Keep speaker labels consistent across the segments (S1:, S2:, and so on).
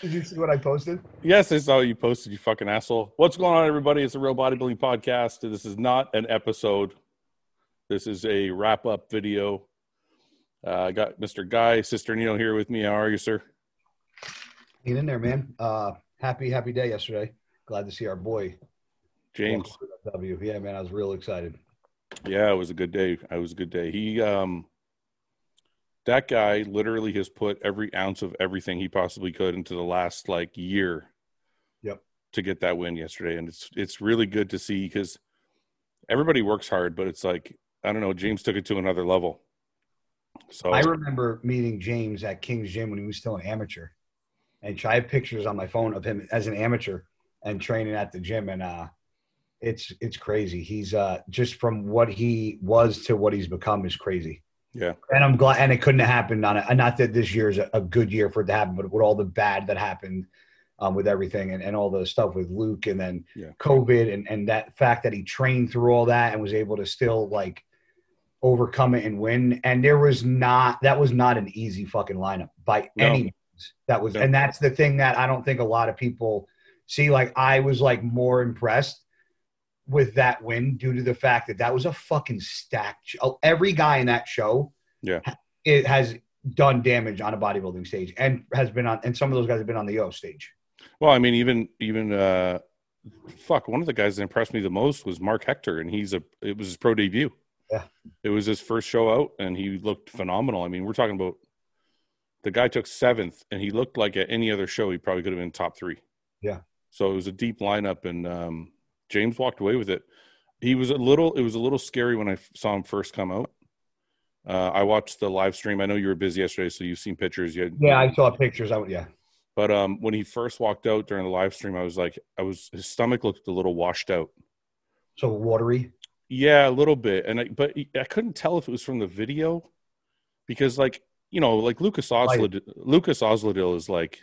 S1: Did you see what I posted?
S2: Yes, I saw you posted, you fucking asshole. What's going on, everybody? It's the Real Bodybuilding Podcast. This is not an episode. This is a wrap up video. Uh, I got Mr. Guy, Sister Neil here with me. How are you, sir?
S1: Get in there, man. Uh, happy, happy day yesterday. Glad to see our boy
S2: James.
S1: W. Yeah, man, I was real excited.
S2: Yeah, it was a good day. It was a good day. He, um, that guy literally has put every ounce of everything he possibly could into the last like year.
S1: Yep.
S2: To get that win yesterday, and it's it's really good to see because everybody works hard, but it's like I don't know. James took it to another level. So
S1: I remember meeting James at King's Gym when he was still an amateur, and I have pictures on my phone of him as an amateur and training at the gym, and uh, it's it's crazy. He's uh, just from what he was to what he's become is crazy.
S2: yeah,
S1: And I'm glad, and it couldn't have happened on it. Not that this year is a, a good year for it to happen, but with all the bad that happened um, with everything and, and all the stuff with Luke and then
S2: Yeah.
S1: COVID and, and that fact that he trained through all that and was able to still like overcome it and win. And there was not, that was not an easy fucking lineup by
S2: No.
S1: any means. That was,
S2: No.
S1: and that's the thing that I don't think a lot of people see. Like, I was like more impressed with that win due to the fact that that was a fucking stacked show. Every guy in that show,
S2: Yeah.
S1: ha- it has done damage on a bodybuilding stage and has been on, and some of those guys have been on the O stage.
S2: Well, I mean, even even uh, fuck, one of the guys that impressed me the most was Mark Hector, and he's a it was his pro debut.
S1: Yeah.
S2: it was his first show out, and he looked phenomenal. I mean, we're talking about the guy took seventh, and he looked like at any other show he probably could have been top three.
S1: Yeah.
S2: so it was a deep lineup, and um, James walked away with it. He was a little it was a little scary when I f- saw him first come out. Uh, I watched the live stream. I know you were busy yesterday, so you've seen pictures. You had,
S1: Yeah, I saw pictures. I would, yeah,
S2: but um, when he first walked out during the live stream, I was like, I was his stomach looked a little washed out.
S1: so watery.
S2: Yeah, a little bit, and I, but he- I couldn't tell if it was from the video, because like you know, like Lucas Oslad, Lucas Osladil is like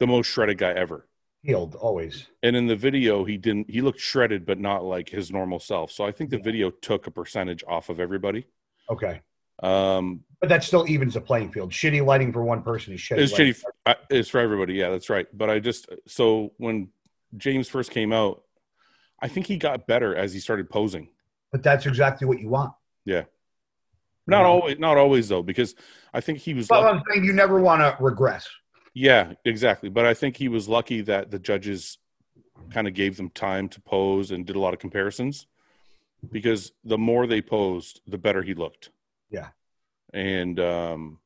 S2: the most shredded guy ever,
S1: Healed always.
S2: and in the video he didn't. He looked shredded, but not like his normal self. So I think the
S1: Yeah.
S2: video took a percentage off of everybody.
S1: Okay.
S2: Um,
S1: But that still evens the playing field. Shitty lighting for one person is shitty.
S2: It's
S1: lighting.
S2: shitty. I- It's for everybody. Yeah, that's right. But I just so when James first came out, I think he got better as he started posing.
S1: But that's exactly what you want.
S2: Yeah. Not
S1: Yeah.
S2: always, not always though, because I think he was.
S1: But
S2: lucky-
S1: I'm saying you never want to regress.
S2: yeah, exactly. But I think he was lucky that the judges kind of gave them time to pose and did a lot of comparisons, because the more they posed, the better he looked.
S1: Yeah.
S2: And um,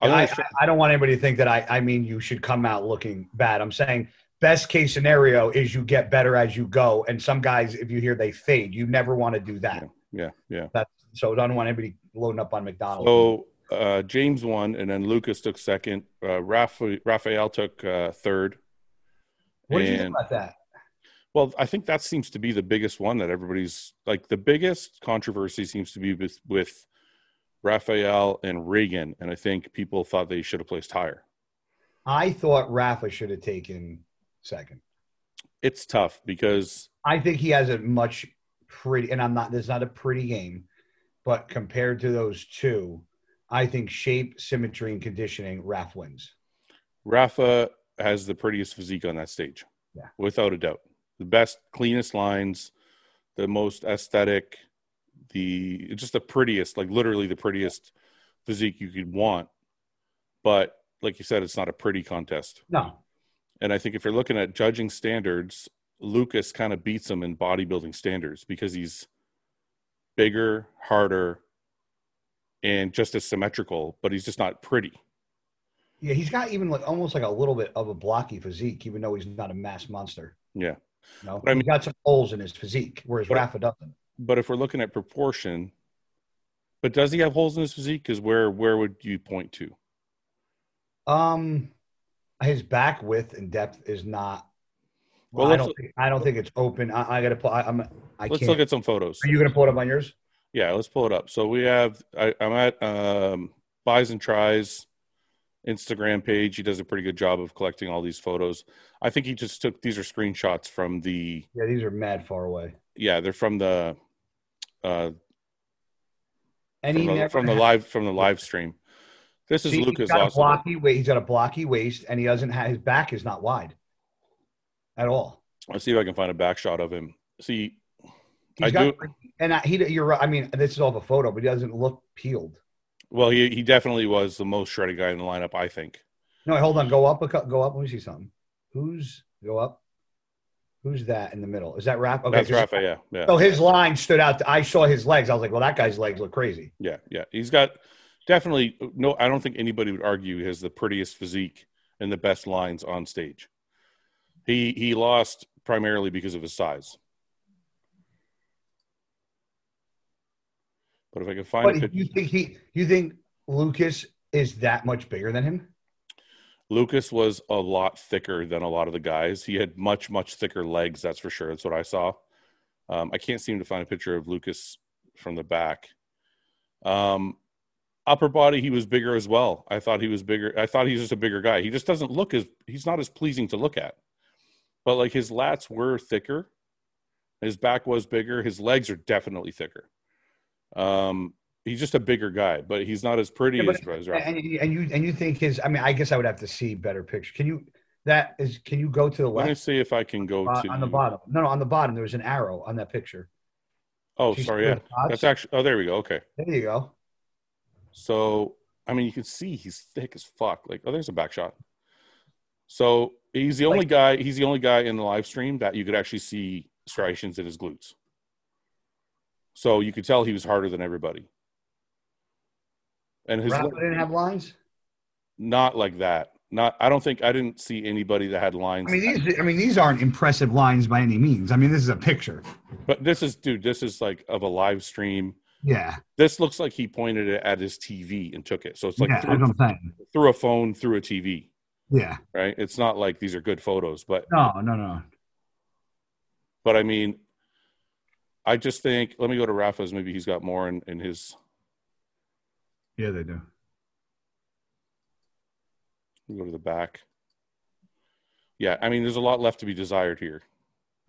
S1: And
S2: I'm
S1: I,
S2: gonna sh-
S1: I don't want anybody to think that I, I mean you should come out looking bad. I'm saying best case scenario is you get better as you go. And some guys, if you hear they fade, you never want to do that.
S2: yeah, yeah.
S1: So I don't want anybody loading up on McDonald's.
S2: So uh, James won, and then Lucas took second. Uh, Rapha- Raphael took uh, third.
S1: what did you think
S2: and-
S1: about that?
S2: Well, I think that seems to be the biggest one that everybody's like. The biggest controversy seems to be with, with Raphael and Reagan, and I think people thought they should have placed higher.
S1: I thought Rafa should have taken second.
S2: It's tough because
S1: I think he has a much pretty, and I'm not. This is not a pretty game, but compared to those two, I think shape, symmetry, and conditioning, Raf wins.
S2: Rafa has the prettiest physique on that stage,
S1: Yeah.
S2: without a doubt. The best, cleanest lines, the most aesthetic, the just the prettiest, like literally the prettiest physique you could want. But like you said, it's not a pretty contest.
S1: No,
S2: And I think if you're looking at judging standards, Lucas kind of beats him in bodybuilding standards because he's bigger, harder, and just as symmetrical, but he's just not pretty.
S1: yeah, he's got even like almost like a little bit of a blocky physique, even though he's not a mass monster.
S2: Yeah.
S1: you know?
S2: But I mean-
S1: he's got some holes in his physique, whereas
S2: But-
S1: Rafa doesn't.
S2: but if we're looking at proportion, but does he have holes in his physique? Because where where would you point to?
S1: Um, his back width and depth is not. Well,
S2: Well,
S1: I
S2: let's-
S1: don't. Think, I don't think it's open. I, I got to pull. I, I'm. I
S2: Let's
S1: can't.
S2: look at some photos.
S1: Are you going to pull it up on yours?
S2: Yeah, let's pull it up. So we have I, I'm at um, buys and tries Instagram page. He does a pretty good job of collecting all these photos. I think he just took these are screenshots from the
S1: Yeah, these are mad far away.
S2: yeah they're from the uh,
S1: And
S2: from
S1: he
S2: the,
S1: never
S2: from the
S1: had-
S2: live from the live stream. This is
S1: See,
S2: Lucas
S1: he's got, a
S2: Osterman.
S1: blocky, wa- he's got a blocky waist, and he doesn't have his back is not wide at all.
S2: Let's see if I can find a back shot of him. See,
S1: He's
S2: I
S1: got, and I, he, you're right. I mean, this is all the photo, but he doesn't look peeled.
S2: well, he he definitely was the most shredded guy in the lineup. I think
S1: No, hold on. Go up. a cou- Go up. Let me see something. Who's go up? Who's that in the middle? Is that Rap?
S2: that's
S1: 'cause-
S2: Rafa. Yeah, yeah,
S1: So his line stood out. I saw his legs. I was like, well, that guy's legs look crazy.
S2: yeah, yeah. He's got definitely no. I don't think anybody would argue he has the prettiest physique and the best lines on stage. He he lost primarily because of his size. But if I can find a
S1: But
S2: pic-
S1: you think he? You think Lucas is that much bigger than him?
S2: Lucas was a lot thicker than a lot of the guys. He had much, much thicker legs. That's for sure. That's what I saw. Um, I can't seem to find a picture of Lucas from the back. Um, upper body, he was bigger as well. I thought he was bigger. I thought he was just a bigger guy. He just doesn't look as he's not as pleasing to look at. But like his lats were thicker, his back was bigger. His legs are definitely thicker. Um, he's just a bigger guy, but he's not as pretty
S1: Yeah, but-
S2: as, as Rafa.
S1: And, and you and you think his? I mean, I guess I would have to see better picture. Can you? That is. Can you go to the
S2: Let me
S1: left
S2: see if I can go
S1: uh,
S2: to
S1: on the bottom? No, no, on the bottom. There was an arrow on that picture.
S2: Oh,
S1: She's
S2: sorry. Yeah,
S1: doing shots.
S2: that's actually. Oh, there we go. Okay.
S1: There you go.
S2: So I mean, you can see he's thick as fuck. Like, oh, there's a back shot. So he's the only
S1: Like-
S2: guy. He's the only guy in the live stream that you could actually see striations in his glutes. So you could tell he was harder than everybody. And his
S1: Rafa didn't have lines.
S2: not like that. Not. I don't think I didn't see anybody that had lines.
S1: I mean, these. I mean, these aren't impressive lines by any means. I mean, this is a picture.
S2: but this is, dude. This is like of a live stream.
S1: Yeah,
S2: This looks like he pointed it at his TV and took it. So it's like
S1: yeah. That's
S2: through,
S1: what I'm saying.
S2: through a phone, through a TV.
S1: Yeah.
S2: right it's not like these are good photos but
S1: No, no, no.
S2: but i mean i just think let me go to rafa's maybe he's got more in, in his
S1: Yeah, they do.
S2: go to the back yeah i mean there's a lot left to be desired here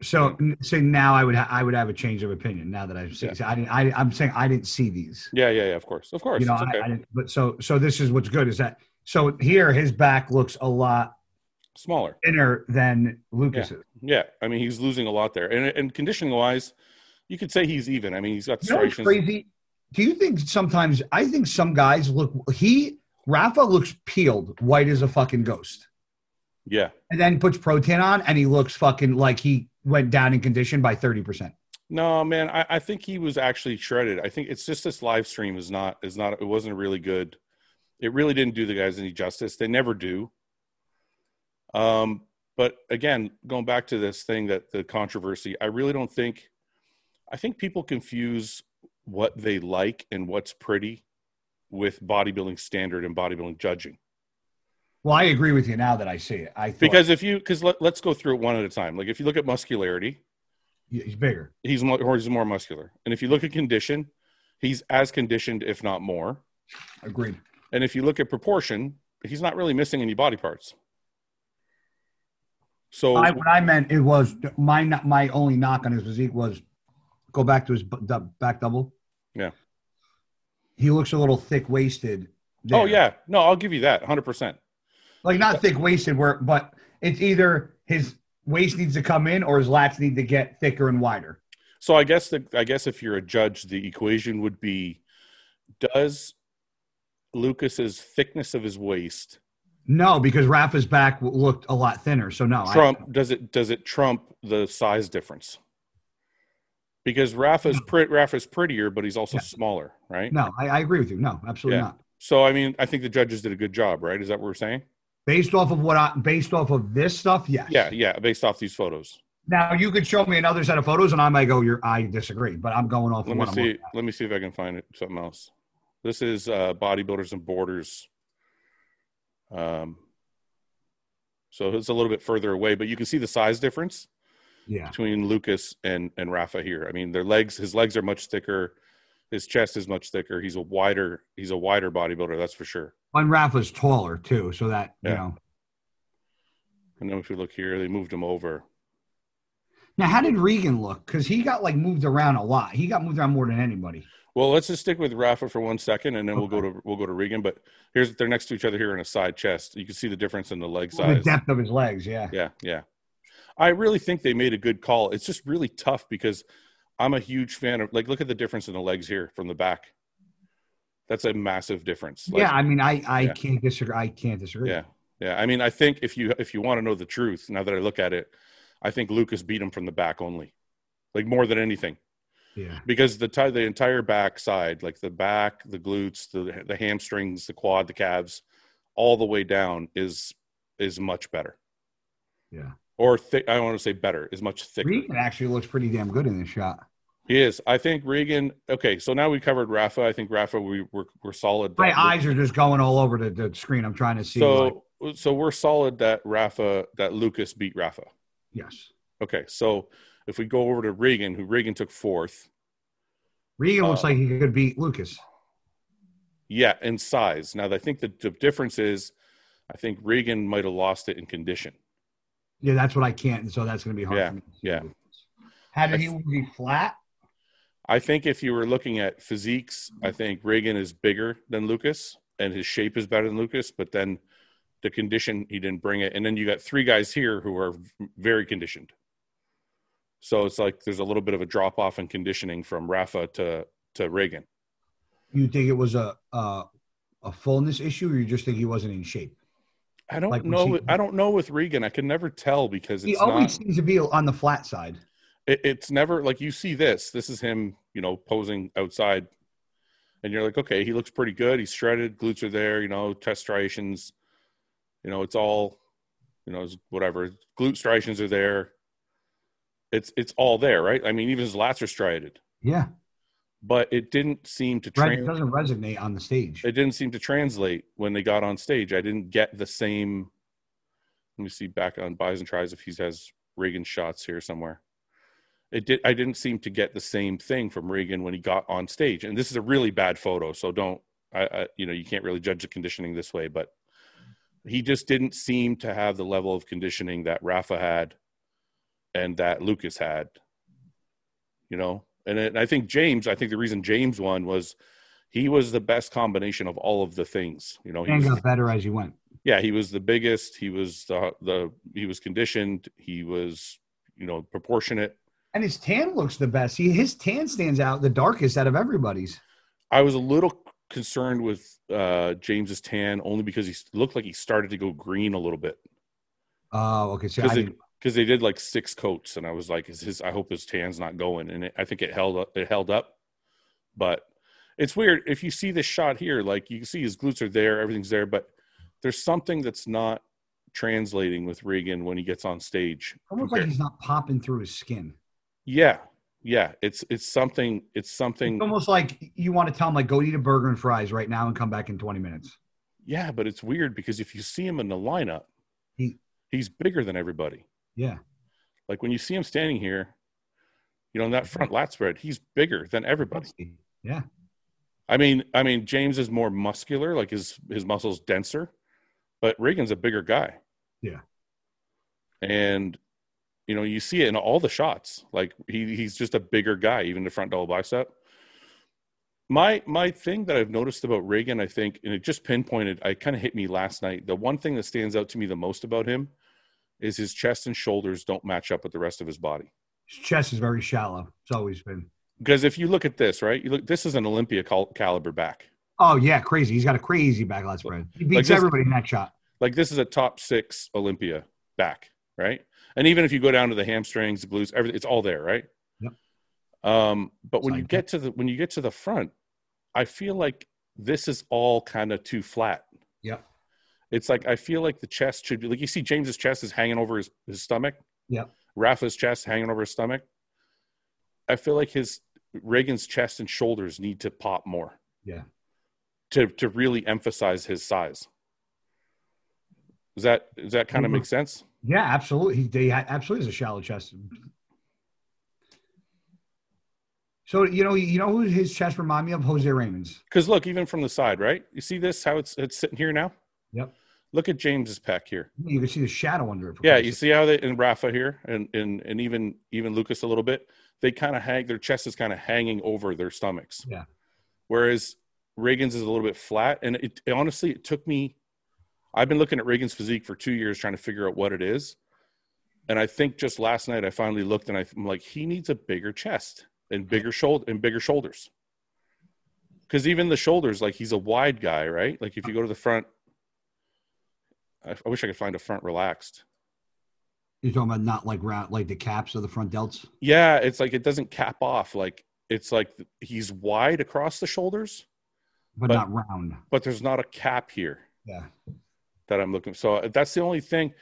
S1: So, so now I would ha- I would have a change of opinion now that I've seen. I didn't. I, I'm saying I didn't see these.
S2: yeah yeah yeah of course of course
S1: You know,
S2: it's okay
S1: I, I didn't, but so so this is what's good is that so here his back looks a lot
S2: smaller
S1: thinner than Lucas's.
S2: yeah i mean he's losing a lot there and and conditioning wise you could say he's even i mean he's got
S1: You know what's
S2: striations
S1: crazy? Do you think sometimes I think some guys look he Rafa looks peeled, white as a fucking ghost,
S2: yeah
S1: and then puts protein on and he looks fucking like he went down in condition by thirty percent.
S2: no man I, I think he was actually shredded i think it's just this live stream is not is not it wasn't really good it really didn't do the guys any justice they never do Um, but again, going back to this thing that the controversy, I really don't think, I think people confuse what they like and what's pretty with bodybuilding standard and bodybuilding judging.
S1: Well, I agree with you now that I see it. I thought
S2: Because if you, because let, let's go through it one at a time. Like if you look at muscularity,
S1: he's bigger.
S2: he's more, or he's more muscular, and if you look at condition, he's as conditioned, if not more.
S1: Agreed.
S2: And if you look at proportion, he's not really missing any body parts. So oh,
S1: I, what I meant it was my my only knock on his physique was go back to his bu- dub- back double.
S2: Yeah.
S1: he looks a little thick waisted.
S2: Oh yeah, no, I'll give you that, hundred percent.
S1: like not thick waisted, where but it's either his waist needs to come in or his lats need to get thicker and wider.
S2: So I guess the I guess if you're a judge, the equation would be: Does Lucas's thickness of his waist
S1: No, because Rafa's back w- looked a lot thinner, so no. Oh, I-
S2: trump? does it does it trump the size difference? Because Rafa's pret Rafa's prettier, but he's also
S1: Hmm. Yeah.
S2: smaller, right?
S1: no, I, I agree with you. No, absolutely
S2: Yeah.
S1: not.
S2: So I mean, I think the judges did a good job, right? Is that what we're saying?
S1: Based off of what I based off of this stuff, yes.
S2: Yeah, yeah. Based off these photos,
S1: Now you could show me another set of photos, and I might go, "You're I disagree," but I'm going off. of
S2: let me
S1: what I'm looking
S2: see. Let me see if I can find it, something else. This is uh, bodybuilders and borders. Um, so it's a little bit further away, but you can see the size difference
S1: Yeah.
S2: between Lucas and and Rafa here. I mean, their legs. His legs are much thicker. His chest is much thicker. He's a wider. He's a wider bodybuilder. That's for sure.
S1: And Rafa's taller too, so that
S2: Yeah.
S1: you know.
S2: And then if we look here, they moved him over.
S1: Now, how did Regan look? Because he got like moved around a lot. He got moved around more than anybody.
S2: Well, let's just stick with Rafa for one second, and then we'll go to we'll go to Regan. But here's they're next to each other here in a side chest. You can see the difference in the leg
S1: The
S2: size.
S1: depth of his legs, yeah.
S2: Yeah, yeah. I really think they made a good call. It's just really tough because I'm a huge fan of like look at the difference in the legs here from the back. That's a massive difference. Like,
S1: Yeah, I mean, I I
S2: Yeah.
S1: can't disagree. I can't disagree.
S2: Yeah. Yeah. I mean, I think if you if you want to know the truth, now that I look at it, I think Lucas beat him from the back only. Like more than anything.
S1: yeah.
S2: Because the ti- the entire back side, like the back, the glutes, the the hamstrings, the quad, the calves, all the way down is is much better.
S1: Yeah.
S2: Or thick I don't want to say better, is much thicker.
S1: Regan actually looks pretty damn good in this shot.
S2: He is. I think Regan. Okay, so now we covered Rafa. I think Rafa, we we're, we're solid.
S1: My
S2: that-
S1: eyes are just going all over the, the screen. I'm trying to see. like,
S2: So so we're solid that Rafa that Lucas beat Rafa.
S1: yes,
S2: Okay, so if we go over to Regan, who Regan took fourth.
S1: Regan looks
S2: Uh,
S1: like he could beat Lucas.
S2: Yeah, in size. Now I think the, the difference is, I think Regan might have lost it in condition.
S1: Yeah, that's what I can't. And so that's going to be hard.
S2: Yeah,
S1: for me to see
S2: yeah.
S1: Lucas. How did he
S2: I-
S1: was he flat?
S2: I think if you were looking at physiques, I think Reagan is bigger than Lucas and his shape is better than Lucas, but then the condition he didn't bring it. And then you got three guys here who are very conditioned. So it's like there's a little bit of a drop off in conditioning from Rafa to to Reagan.
S1: You think it was a a, a fullness issue, or you just think he wasn't in shape?
S2: I don't
S1: Like we
S2: know
S1: see-
S2: I don't know with Regan. I can never tell because
S1: He
S2: it's
S1: always
S2: not
S1: seems to be on the flat side.
S2: it, it's never like you see this. This is him, you know, posing outside, and you're like, okay, he looks pretty good. He's shredded, glutes are there, you know, chest striations, you know, it's all, you know, it's whatever. Glute striations are there. It's it's all there, right? I mean, even his lats are striated,
S1: Yeah,
S2: but it didn't seem to
S1: right. It
S2: trans.
S1: doesn't resonate on the stage.
S2: It didn't seem to translate when they got on stage. I didn't get the same. Let me see back on buys and tries if he has Reagan shots here somewhere. It did. I didn't seem to get the same thing from Reagan when he got on stage, and this is a really bad photo. So don't. I, I you know you can't really judge the conditioning this way, but he just didn't seem to have the level of conditioning that Rafa had and that Lucas had. You know, and, it, and I think James. I think the reason James won was he was the best combination of all of the things. You know, he
S1: and
S2: was
S1: got better as he went.
S2: yeah he was the biggest he was the, the he was conditioned he was you know proportionate
S1: And his tan looks the best. He, his tan stands out the darkest out of everybody's.
S2: i was a little concerned with uh james's tan only because he looked like he started to go green a little bit
S1: Oh, okay. So I
S2: because they,
S1: didn't-
S2: 'cause they did like six coats and i was like is his i hope his tan's not going and it, i think it held up it held up but it's weird if you see this shot here like you can see his glutes are there everything's there but there's something that's not translating with regan when he gets on stage
S1: almost
S2: compared-
S1: like he's not popping through his skin.
S2: Yeah, yeah. It's it's something. It's
S1: It's
S2: something.
S1: almost like you want to tell him like go eat a burger and fries right now and come back in 20 minutes.
S2: Yeah, but it's weird because if you see him in the lineup,
S1: He-
S2: he's bigger than everybody.
S1: Yeah.
S2: Like when you see him standing here, you know, in that front lat spread, he's bigger than everybody.
S1: Yeah.
S2: I mean, I mean, James is more muscular, like his his muscles denser, but Reagan's a bigger guy.
S1: Yeah.
S2: And you know, you see it in all the shots. Like he he's just a bigger guy, even the front double bicep. My my thing that I've noticed about Reagan, I think, and it just pinpointed, I kind of hit me last night. The one thing that stands out to me the most about him is his chest and shoulders don't match up with the rest of his body.
S1: His chest is very shallow. It's always been.
S2: Because if you look at this, right, you look this is an Olympia cal- caliber back.
S1: Oh, yeah. Crazy. He's got a crazy backlash spread. He beats
S2: Like this-
S1: everybody in that shot.
S2: like this is a top six Olympia back, right? And even if you go down to the hamstrings, the glutes, everything, it's all there, right?
S1: Yep.
S2: Um, but when
S1: Side
S2: you get to the when you get to the front, I feel like this is all kind of too flat.
S1: Yep.
S2: It's like I feel like the chest should be like you see James's chest is hanging over his, his stomach.
S1: Yep.
S2: Rafa's chest hanging over his stomach. I feel like his Reagan's chest and shoulders need to pop more.
S1: Yeah.
S2: To to really emphasize his size. Does that does that kind of
S1: Mhm.
S2: make sense?
S1: Yeah, absolutely. He, they ha- absolutely is a shallow chest. So you know, you know who his chest remind me of? Jose Raymond's.
S2: Because look, even from the side, right? You see this how it's it's sitting here now.
S1: Yep.
S2: Look at James's pack here.
S1: You can see the shadow under it. for
S2: Yeah,
S1: Christ's
S2: you
S1: sake.
S2: see how they and Rafa here, and and and even even Lucas a little bit. They kind of hang their chest is kind of hanging over their stomachs.
S1: Yeah.
S2: Whereas Reagan's is a little bit flat, and it, it honestly it took me. I've been looking at Reagan's physique for two years trying to figure out what it is, and I think just last night I finally looked and I, I'm like, he needs a bigger chest and bigger shoulder and bigger shoulders. Because even the shoulders, like he's a wide guy, right? Like if you go to the front, I, I wish I could find a front relaxed.
S1: You're talking about not like round, like the caps of the front delts.
S2: Yeah, it's like it doesn't cap off. Like it's like he's wide across the shoulders,
S1: But,
S2: But-
S1: not round.
S2: but there's not a cap here
S1: Yeah.
S2: that I'm looking. So that's the only thing.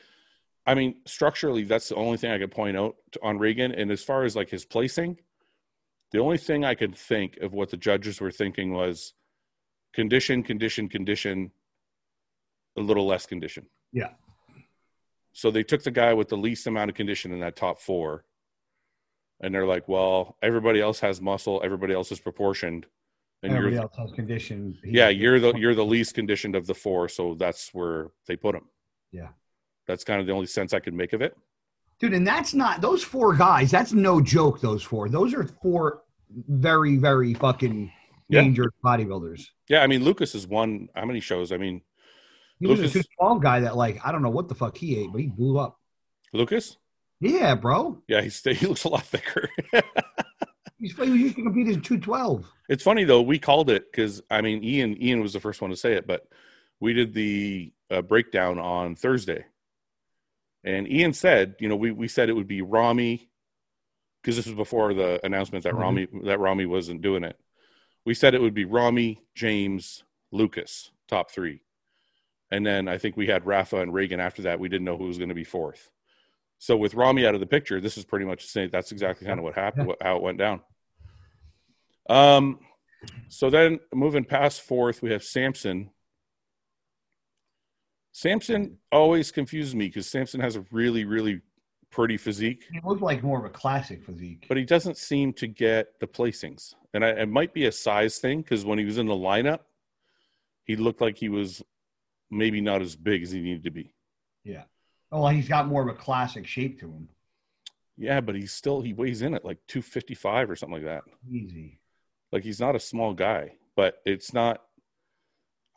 S2: I mean, structurally, that's the only thing I could point out to, on Reagan. And as far as like his placing, the only thing I could think of what the judges were thinking was condition, condition, condition, a little less condition.
S1: Yeah.
S2: So they took the guy with the least amount of condition in that top four. And they're like, well, everybody else has muscle, everybody else is proportioned. And you're
S1: Everybody
S2: the-
S1: else has condition. He's-
S2: yeah you're the you're the least conditioned of the four so that's where they put him
S1: Yeah.
S2: that's kind of the only sense i could make of it
S1: dude. And that's not those four guys. That's no joke. Those four. Those are four very, very fucking
S2: Yeah.
S1: dangerous bodybuilders.
S2: yeah i mean lucas has won how many shows i mean
S1: He was a
S2: Lucas-
S1: two small guy that like I don't know what the fuck he ate, but he blew up.
S2: lucas
S1: Yeah, bro.
S2: yeah he's, he looks a lot thicker
S1: He's, he used to compete in two twelve.
S2: it's funny though we called it because i mean ian ian was the first one to say it but we did the uh, breakdown on thursday and ian said you know we, we said it would be rami because this was before the announcement that
S1: Mhm.
S2: rami that rami wasn't doing it we said it would be rami james lucas top three and then i think we had rafa and reagan after that we didn't know who was going to be fourth so with rami out of the picture this is pretty much the same that's exactly kind of what happened what, how it went down um, so then moving past fourth, we have Samson. Samson always confused me because Samson has a really, really pretty physique,
S1: He looked like more of a classic physique.
S2: but he doesn't seem to get the placings. And I, it might be a size thing because when he was in the lineup, he looked like he was maybe not as big as he needed to be.
S1: Oh, well, he's got more of a classic shape to him.
S2: Yeah, but he's still he weighs in at like two fifty five or something like that.
S1: Easy.
S2: Like he's not a small guy, but it's not.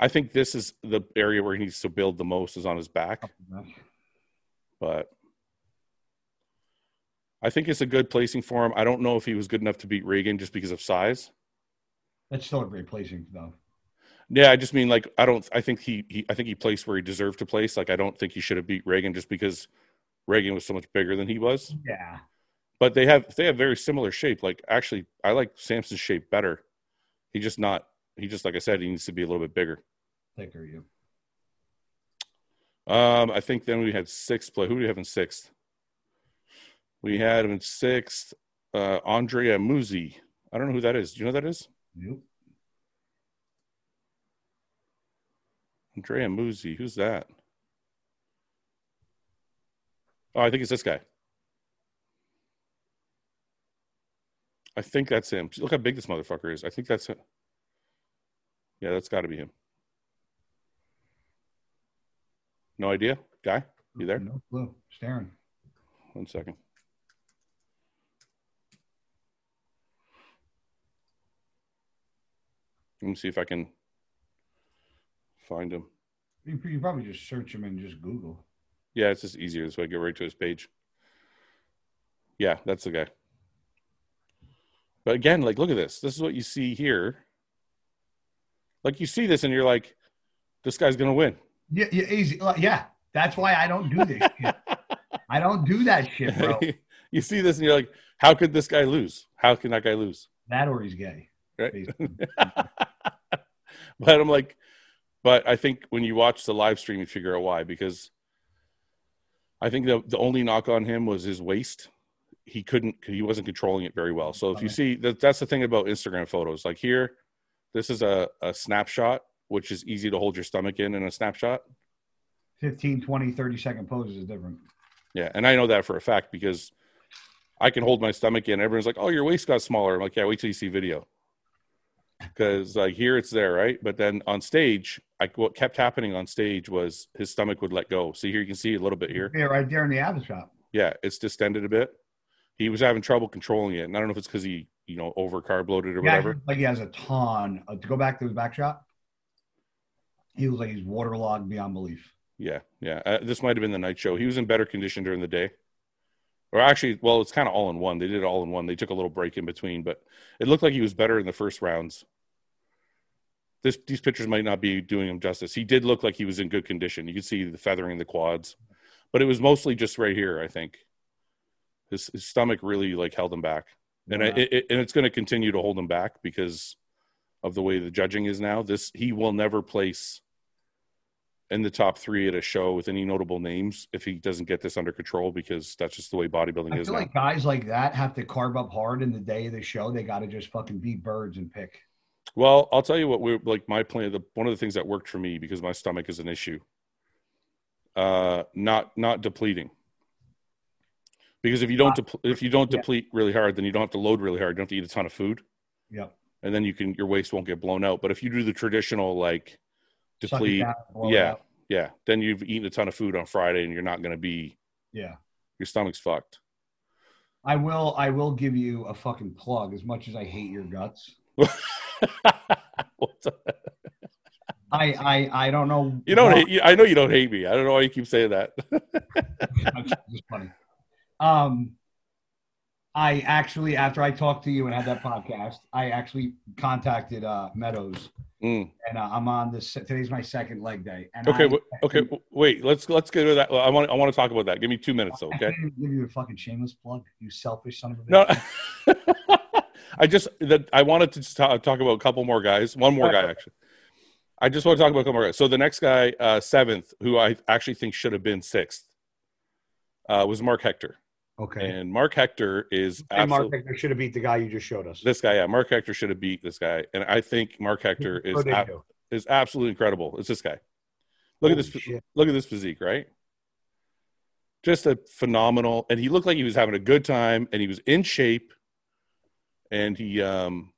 S2: I think this is the area where he needs to build the most is on his back, but I think it's a good placing for him. I don't know if he was good enough to beat Reagan just because of size.
S1: That's still a great placing though.
S2: Yeah, I just mean like I don't. I think he, he I think he placed where he deserved to place. Like I don't think he should have beat Reagan just because Reagan was so much bigger than he was.
S1: Yeah.
S2: But they have they have very similar shape. Like actually, I like Samson's shape better. He just not. He just like I said, he needs to be a little bit bigger.
S1: Thicker you.
S2: Um, I think then we had sixth play. Who do we have in sixth? We had him in sixth, uh, Andrea Muzi. I don't know who that is. Do you know who that is?
S1: Nope.
S2: Andrea Muzi. Who's that? Oh, I think it's this guy. I think that's him. Look how big this motherfucker is. I think that's it. Yeah, that's got to be him. No idea, guy. You there?
S1: No clue. Staring.
S2: One second. Let me see if I can find him.
S1: You, you probably just search him and just Google.
S2: Yeah, it's just easier this way. Go right to his page. Yeah, that's the guy. But again, like, look at this. This is what you see here. Like, you see this, and you're like, this guy's going to win.
S1: Yeah, yeah, easy. Like, Yeah, that's why I don't do this. shit. I don't do that shit, bro.
S2: you see this, and you're like, how could this guy lose? How can that guy lose?
S1: That or he's gay.
S2: Right.
S1: basically.
S2: but I'm like, but I think when you watch the live stream, you figure out why. Because I think the the only knock on him was his waist. He couldn't. He wasn't controlling it very well. So if you
S1: Okay.
S2: see that, that's the thing about Instagram photos. Like here, this is a a snapshot, which is easy to hold your stomach in in a snapshot.
S1: 15, 20, 30 second poses is different.
S2: Yeah, and I know that for a fact because I can hold my stomach in. Everyone's like, "Oh, your waist got smaller." I'm like, "Yeah, wait till you see video." because like here it's there, right? But then on stage, like what kept happening on stage was his stomach would let go. See here, you can see a little bit here.
S1: Yeah, right there in the Abbott shop.
S2: Yeah, it's distended a bit. He was having trouble controlling it, and I don't know if it's because he, you know, over carb loaded or
S1: Yeah,
S2: whatever.
S1: he- like he has a ton. Uh, to go back to his back shot, he was like he's waterlogged beyond belief.
S2: Yeah, yeah. Uh, this might have been the night show. He was in better condition during the day. Or actually, well, it's kind of all in one. They did it all in one. They took a little break in between, but it looked like he was better in the first rounds. This these pictures might not be doing him justice. He did look like he was in good condition. You could see the feathering, the quads, but it was mostly just right here. I think his, his stomach really like held him back, and I-
S1: Yeah.
S2: it, it, and it's going to continue to hold him back because of the way the judging is now. This he will never place in the top three at a show with any notable names if he doesn't get this under control because that's just the way bodybuilding
S1: I
S2: is
S1: feel
S2: now.
S1: like guys like that have to carve up hard in the day of the show. They got to just fucking be birds and pick.
S2: Well, I'll tell you what we're like. My plan, the, one of the things that worked for me because my stomach is an issue. Uh, not not depleting. Because if you don't depl- if you don't
S1: yeah.
S2: deplete really hard, then you don't have to load really hard. You don't have to eat a ton of food,
S1: Yep.
S2: and then you can your waist won't get blown out. But if you do the traditional like
S1: Suck it
S2: deplete,
S1: down, blow it
S2: yeah,
S1: out.
S2: yeah, then you've eaten a ton of food on Friday, and you're not going to be
S1: Yeah.
S2: your stomach's fucked.
S1: I will. I will give you a fucking plug. As much as I hate your guts,
S2: What the-
S1: I I I don't know.
S2: you don't.
S1: why-
S2: Hate, I know you don't hate me. I don't know why you keep saying that.
S1: That's just funny. Um, I actually, after I talked to you and had that podcast, I actually contacted uh, Meadows,
S2: Mm.
S1: and uh, I'm on this. Today's my second leg day. And
S2: Okay,
S1: I,
S2: w- okay. w- Wait, let's let's get to that. I want I want to talk about that. Give me two minutes, though,
S1: I
S2: okay?
S1: can't even give you a fucking shameless plug. You selfish son of a bitch.
S2: No, I just that I wanted to just ta- talk about a couple more guys. One more guy, actually. I just want to talk about a couple more guys. So the next guy, uh, seventh, who I actually think should have been sixth, uh, was Mark Hector,
S1: Okay.
S2: and Mark Hector is
S1: And Mark
S2: absolutely
S1: Hector should have beat the guy you just showed us.
S2: this guy. Yeah, Mark Hector should have beat this guy, and I think Mark Hector is
S1: What did he
S2: ab-
S1: do?
S2: is absolutely incredible. It's this guy. Look
S1: Holy
S2: at this.
S1: shit.
S2: look at this physique, right? Just a phenomenal, and he looked like he was having a good time, and he was in shape, and he um,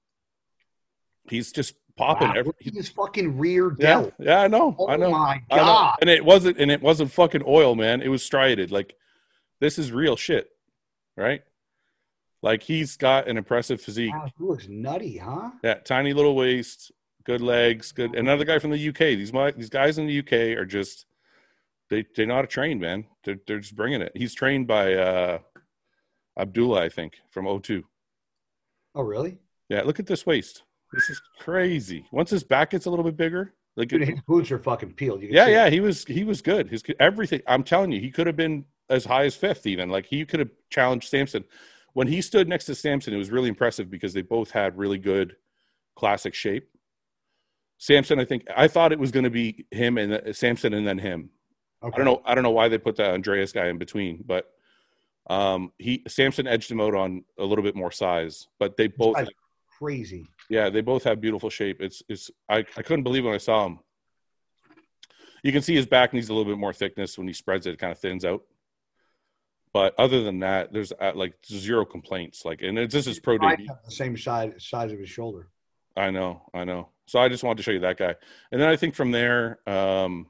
S2: he's just popping
S1: Wow,
S2: every.
S1: He just fucking rear
S2: yeah,
S1: delt.
S2: yeah, I know,
S1: Oh
S2: I know,
S1: my
S2: I know,
S1: god.
S2: and it wasn't, and it wasn't fucking oil, man. It was striated. Like this is real shit, right? Like he's got an impressive physique.
S1: Wow, he looks nutty, huh?
S2: Yeah, tiny little waist, good legs, good. Another guy from the UK. These mi- these guys in the UK are just they they know how to train, man. They're they're just bringing it. He's trained by uh, Abdullah, I think, from O2.
S1: Oh really?
S2: Yeah, look at this waist. This is crazy. Once his back gets a little bit bigger, like
S1: Dude, his boots are fucking peeled. You can
S2: yeah,
S1: see it.
S2: yeah, he was he was good. His everything. I'm telling you, he could have been as high as fifth, even. Like he could have challenged Samson. When he stood next to Samson, it was really impressive because they both had really good classic shape. Samson, I think I thought it was going to be him and uh, Samson, and then him.
S1: Okay.
S2: I don't know. I don't know why they put that Andreas guy in between, but um, he Samson edged him out on a little bit more size. But they both,
S1: guy's Crazy.
S2: yeah, they both have beautiful shape. It's it's I, I couldn't believe when I saw him. You can see his back needs a little bit more thickness when he spreads it; it kind of thins out. But other than that, there's uh, like zero complaints. Like, and it's, this is pro
S1: Eyes
S2: debut.
S1: have the same size size of his shoulder.
S2: I know, I know. So I just wanted to show you that guy, and then I think from there, um,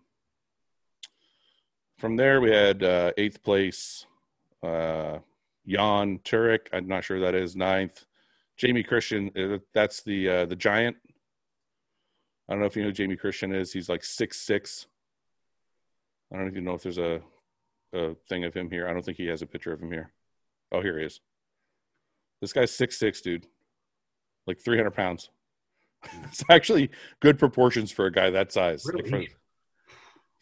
S2: from there we had uh, eighth place, uh, Jan Turek. I'm not sure who that is ninth. Jamie Christian, uh, that's the uh, the giant. I don't know if you know who Jamie Christian is. He's like six six. I don't even know if there's a, a thing of him here. I don't think he has a picture of him here. Oh, here he is. This guy's six six, dude. Like three hundred pounds. it's actually good proportions for a guy that size. Like,
S1: Really?
S2: for,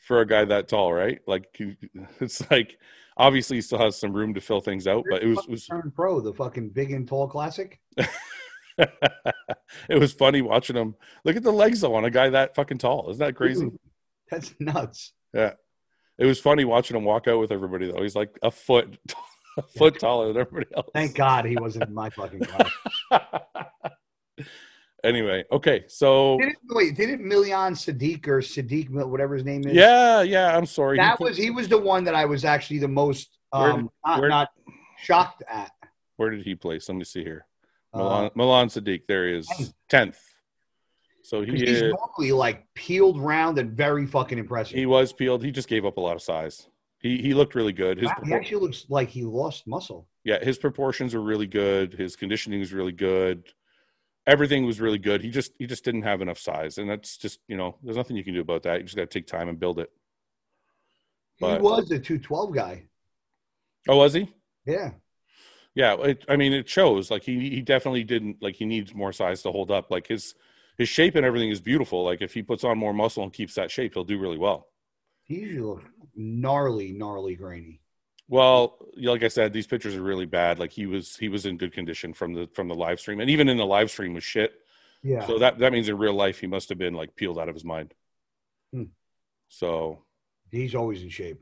S2: for a guy that tall, right? Like you- it's like obviously he still has some room to fill things out, but it was,
S1: Fucking
S2: was
S1: turn pro, the fucking big and tall classic.
S2: it was funny watching him. Look at the legs though on a guy that fucking tall. Isn't that crazy?
S1: Dude, that's nuts.
S2: It was funny watching him walk out with everybody though. He's like a foot, a foot taller than everybody else.
S1: Thank God he wasn't in my fucking class.
S2: anyway, okay, so
S1: didn't, wait, didn't Milian Sadiq or Sadiq, Mil- whatever his name is?
S2: yeah, yeah. I'm sorry. He
S1: That
S2: put-
S1: was he was the one that I was actually the most
S2: Where-
S1: um not,
S2: where-
S1: not shocked at.
S2: where did he place? Let me see here.
S1: Uh,
S2: Milan, Milan Sadiq. There he is
S1: tenth.
S2: tenth. So he
S1: he's
S2: is,
S1: normally like peeled round and very fucking impressive.
S2: he was peeled. He just gave up a lot of size. He he looked really good. His
S1: Wow, he
S2: propor-
S1: actually looks like he lost muscle.
S2: yeah, his proportions were really good. His conditioning was really good. Everything was really good. He just he just didn't have enough size, and that's just you know there's nothing you can do about that. You just got to take time and build it. But-
S1: he was a two twelve guy.
S2: Oh, was he?
S1: Yeah,
S2: Yeah, it, I mean, it shows. Like he, he definitely didn't. Like he needs more size to hold up. Like his, his shape and everything is beautiful. Like if he puts on more muscle and keeps that shape, he'll do really well.
S1: he usually looks gnarly, gnarly grainy.
S2: Well, like I said, these pictures are really bad. Like he was, he was in good condition from the from the live stream, and even in the live stream was shit.
S1: Yeah,
S2: So that that means in real life he must have been like peeled out of his mind.
S1: Hmm.
S2: So
S1: he's always in shape.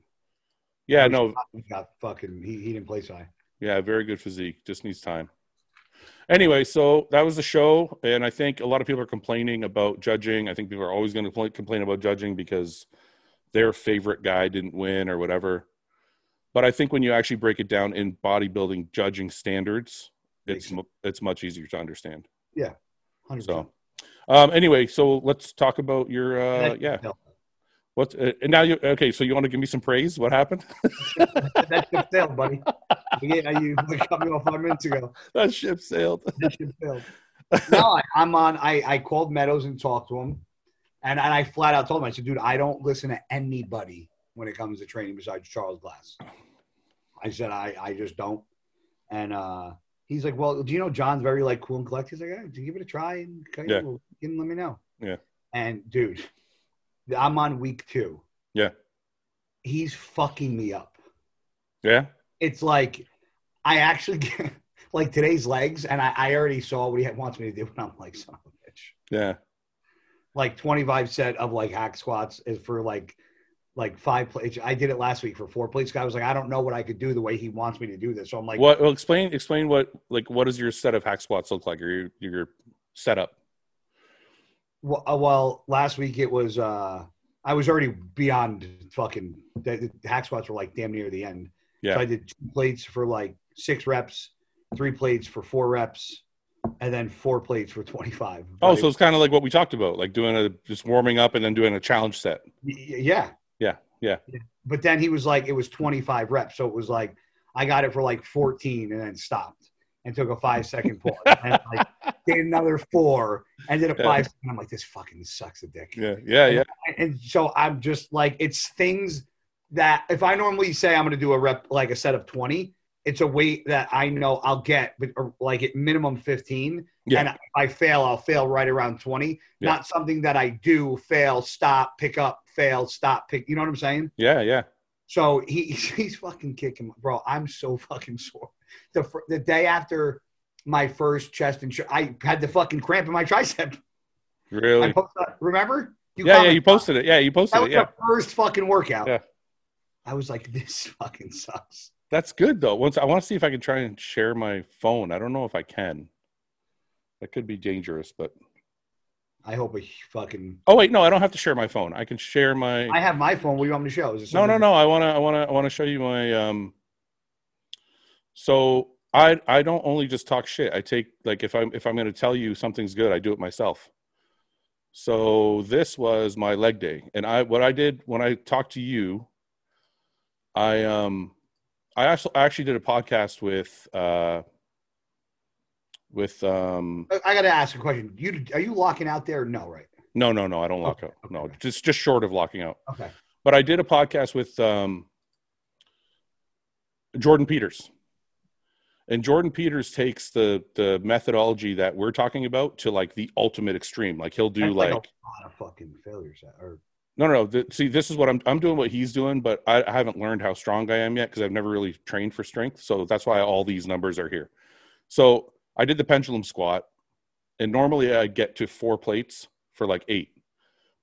S2: yeah,
S1: Very
S2: no,
S1: He got fucking. He, he didn't play side.
S2: Yeah, very good physique. Just needs time. Anyway, so that was the show, and I think a lot of people are complaining about judging. I think people are always going to complain about judging because their favorite guy didn't win or whatever. But I think when you actually break it down in bodybuilding judging standards,
S1: Makes
S2: it's mu- it's much easier to understand.
S1: 100%.
S2: So, um, anyway, so let's talk about your uh,
S1: That's-
S2: yeah.
S1: no.
S2: What's uh, and now you okay? So you want to give me some praise? What happened?
S1: That ship sailed, buddy. Yeah, you cut me off five minutes ago.
S2: that ship sailed.
S1: That ship sailed. No, I, I'm on. I, I called Meadows and talked to him, and, and I flat out told him, I said, dude, I don't listen to anybody when it comes to training besides Charles Glass. I said, I, I just don't. And uh, he's like, well, do you know John's very like cool and collected? He's like, yeah, give it a try and okay,
S2: Yeah.
S1: well, you can let me know.
S2: Yeah.
S1: And dude, I'm on week two.
S2: Yeah.
S1: He's fucking me up
S2: Yeah,
S1: it's like I actually get, like today's legs, and I, I already saw what he wants me to do, and I'm like, son of a bitch.
S2: yeah.
S1: Like 25 set of like hack squats is for like like five plates. I did it last week for four plates. Guy was like, I don't know what I could do the way he wants me to do this. So I'm like,
S2: what well explain explain what like what does your set of hack squats look like or your your setup
S1: Well, uh, well, last week it was. uh I was already beyond fucking. The, the hack squats were like damn near the end.
S2: Yeah.
S1: So I did two plates for like six reps, three plates for four reps, and then four plates for twenty-five.
S2: oh
S1: Like,
S2: so it's kind of like what we talked about like doing a just warming up and then doing a challenge set
S1: Y- y- Yeah.
S2: Yeah, yeah.
S1: But then he was like, it was 25 reps. So it was like, I got it for like 14 and then stopped and took a five second pause. and like, did another four and did a
S2: Yeah.
S1: five. second. I'm like, this fucking sucks a dick.
S2: yeah yeah yeah
S1: And- And so I'm just like, it's things that if I normally say I'm going to do a rep, like a set of 20, it's a weight that I know I'll get, but or, like at minimum 15.
S2: Yeah.
S1: And if I fail, I'll fail right around 20.
S2: Yeah.
S1: Not something that I do fail, stop, pick up, fail, stop, pick. You know what I'm saying?
S2: yeah yeah
S1: So he, he's fucking kicking, bro. I'm so fucking sore. The, fir- the day after my first chest and sh- I had the fucking cramp in my tricep. I
S2: really
S1: posted, remember? You
S2: yeah yeah
S1: commented-
S2: you posted it yeah you
S1: That
S2: posted
S1: was
S2: it yeah
S1: the first fucking workout.
S2: Yeah.
S1: I was like, this fucking sucks.
S2: that's good though once i want to see if i can try and share my phone i don't know if i can that could be dangerous but
S1: I hope a fucking.
S2: oh wait no i don't have to share my phone i can share my
S1: I have my phone. What do you want me to show? Is it
S2: no no
S1: something-
S2: no i want to i want to i want to show you my um so i i don't only just talk shit i take like if i'm if i'm going to tell you something's good i do it myself so this was my leg day and i what i did when i talked to you i um i actually I actually did a podcast with uh with um
S1: I- I got to ask a question. You are you locking out there? No, right?
S2: no no no i don't lock out no just just short of locking out
S1: Oh, Okay.
S2: but I did a podcast with um, Jordan Peters, and Jordan Peters takes the the methodology that we're talking about to like the ultimate extreme. Like he'll do
S1: That's
S2: like,
S1: a lot of fucking failures. that- Or
S2: no, no, no. th- see, this is what I'm I'm doing what he's doing, but I, I haven't learned how strong I am yet because I've never really trained for strength. So that's why all these numbers are here. So I did the pendulum squat, and normally I get to four plates for like eight,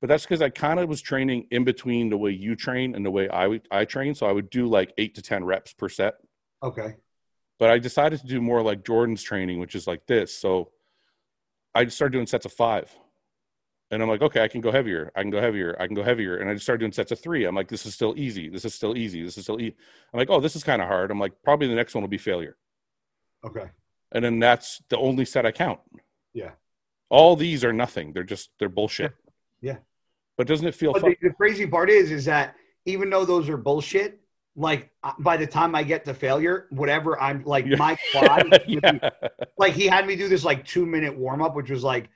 S2: but that's because I kind of was training in between the way you train and the way I would- I train. So I would do like eight to ten reps per set
S1: okay.
S2: but I decided to do more like Jordan's training, which is like this. So I just started doing sets of five. And I'm like, okay, I can go heavier. I can go heavier. I can go heavier. And I just started doing sets of three. I'm like, this is still easy. This is still easy. This is still easy. I'm like, oh, this is kind of hard. I'm like, probably the next one will be failure.
S1: Okay.
S2: And then that's the only set I count.
S1: Yeah.
S2: All these are nothing. They're just they're bullshit.
S1: Yeah. Yeah.
S2: But doesn't it feel
S1: But
S2: fun?
S1: the, the crazy part is, is that even though those are bullshit, like uh, by the time I get to failure, whatever I'm like,
S2: Yeah.
S1: my quad,
S2: yeah.
S1: like he had me do this like two minute warm up, which was like,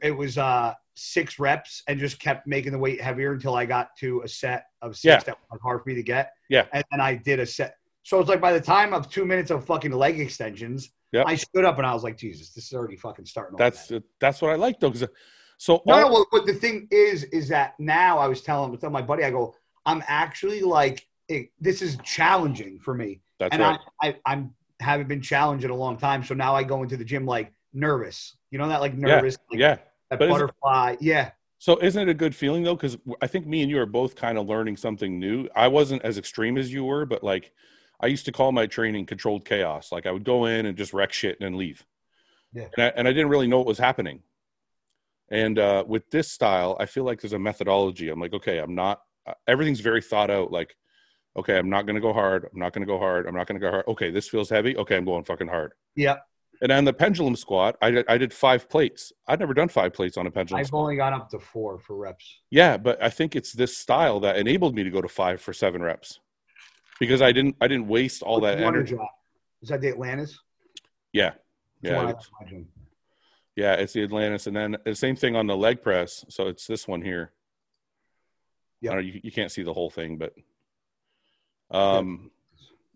S1: it was uh six reps and just kept making the weight heavier until I got to a set of six
S2: Yeah.
S1: that was hard for me to get.
S2: Yeah.
S1: And then I did a set. So it's like by the time of two minutes of fucking leg extensions,
S2: Yep.
S1: I stood up and I was like, Jesus, this is already fucking starting. over, man.
S2: That's that's what I like though. 'cause- uh, so
S1: No,
S2: all-
S1: no. Well, but the thing is, is that now I was telling, I was telling my buddy, I go, I'm actually like, it, this is challenging for me,
S2: that's
S1: and
S2: right.
S1: I, I, I'm haven't been challenged in a long time. So now I go into the gym like nervous, you know that like nervous, like,
S2: yeah.
S1: that
S2: but is it-
S1: butterfly, yeah,
S2: So isn't it a good feeling though? Because I think me and you are both kind of learning something new. I wasn't as extreme as you were, but like I used to call my training controlled chaos. Like I would go in and just wreck shit and then leave.
S1: Yeah.
S2: And I, and I didn't really know what was happening. And uh, with this style, I feel like there's a methodology. I'm like, okay, I'm not. uh, Everything's very thought out. Like, okay, I'm not gonna go hard. I'm not gonna go hard. I'm not gonna go hard. Okay, this feels heavy. Okay, I'm going fucking hard.
S1: yeah.
S2: And on the pendulum squat, I did, I did five plates. I'd never done five plates on a pendulum.
S1: I've only gone up to four for reps.
S2: Yeah, but I think it's this style that enabled me to go to five for seven reps because I didn't I didn't waste all that
S1: Wonder
S2: energy.
S1: Drop. Is that the Atlantis?
S2: Yeah,
S1: That's one
S2: yeah,
S1: I
S2: it's,
S1: like in my gym.
S2: yeah. It's the Atlantis, and then the same thing on the leg press. So it's this one here.
S1: Yeah.
S2: I don't know, you, you can't see the whole thing, but um,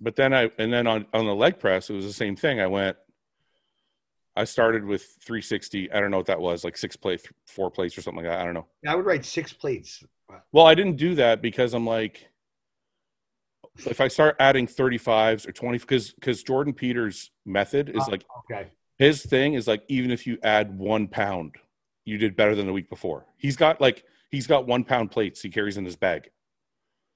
S2: but then I and then on on the leg press, it was the same thing. I went. I started with 360. I don't know what that was, like six plate, four plates or something like that. I don't know.
S1: Yeah, I would write six plates.
S2: Well, I didn't do that because I'm like, if I start adding 35s or 20, because because Jordan Peters' method is
S1: Uh,
S2: like
S1: Okay,
S2: his thing is like even if you add one pound, you did better than the week before. He's got like he's got one pound plates he carries in his bag.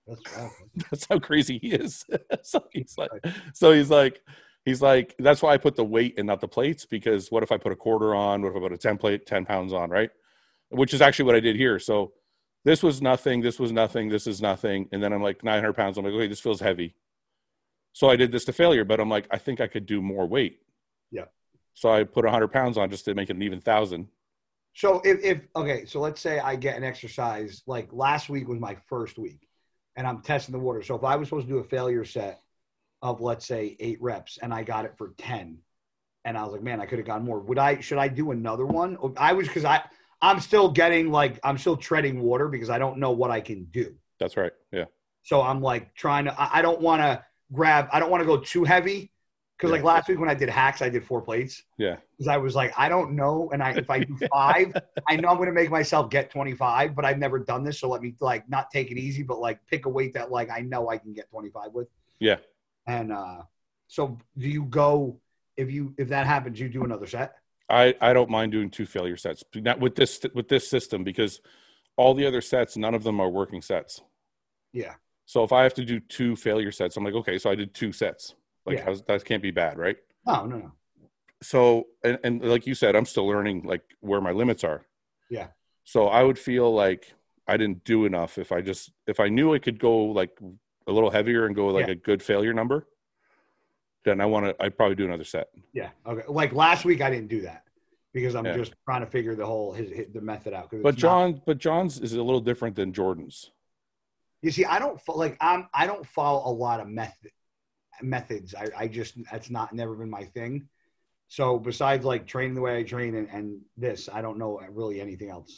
S1: that's right.
S2: That's how crazy he is. so he's like, so he's like, he's like, that's why I put the weight and not the plates because what if I put a quarter on? What if I put a 10 plate, 10 pounds on, right? Which is actually what I did here. So this was nothing. This was nothing. This is nothing. And then I'm like 900 pounds. I'm like, okay, this feels heavy. So I did this to failure, but I'm like, I think I could do more weight.
S1: Yeah.
S2: So I put 100 pounds on just to make it an even thousand.
S1: So if, if okay, so let's say I get an exercise like last week was my first week, and I'm testing the water. So if I was supposed to do a failure set of let's say eight reps, and I got it for ten, and I was like, man, I could have gotten more. Would I? Should I do another one? Or- I was because I I'm still getting like I'm still treading water because I don't know what I can do.
S2: That's right. Yeah.
S1: So I'm like trying to. I, I don't want to grab. I don't want to go too heavy because like
S2: Yeah.
S1: last week when I did hacks, I did four plates
S2: Yeah.
S1: because I was like, I don't know, and I if I do five, I know I'm going to make myself get 25, but I've never done this, so let me like not take it easy, but like pick a weight that like I know I can get 25 with.
S2: Yeah.
S1: And uh, so do you go if you if that happens, you do another set?
S2: I, I don't mind doing two failure sets not with this with this system because all the other sets none of them are working sets
S1: Yeah.
S2: so if i have to do two failure sets i'm like okay so i did two sets like
S1: Yeah.
S2: how's, that can't be bad right
S1: No, no, no.
S2: so and, and like you said i'm still learning like where my limits are
S1: Yeah.
S2: so i would feel like i didn't do enough if i just if i knew i could go like a little heavier and go like
S1: Yeah.
S2: a good failure number then i want to i'd probably do another set
S1: Yeah. Okay. Like last week, I didn't do that because I'm
S2: Yeah.
S1: just trying to figure the whole his, his the method out. 'cause it's
S2: but
S1: not-
S2: john but john's is a little different than jordan's
S1: You see, I don't fo- like I'm I don't follow a lot of method methods. I, I just that's not never been my thing. So besides like training the way I train and, and this, I don't know really anything else.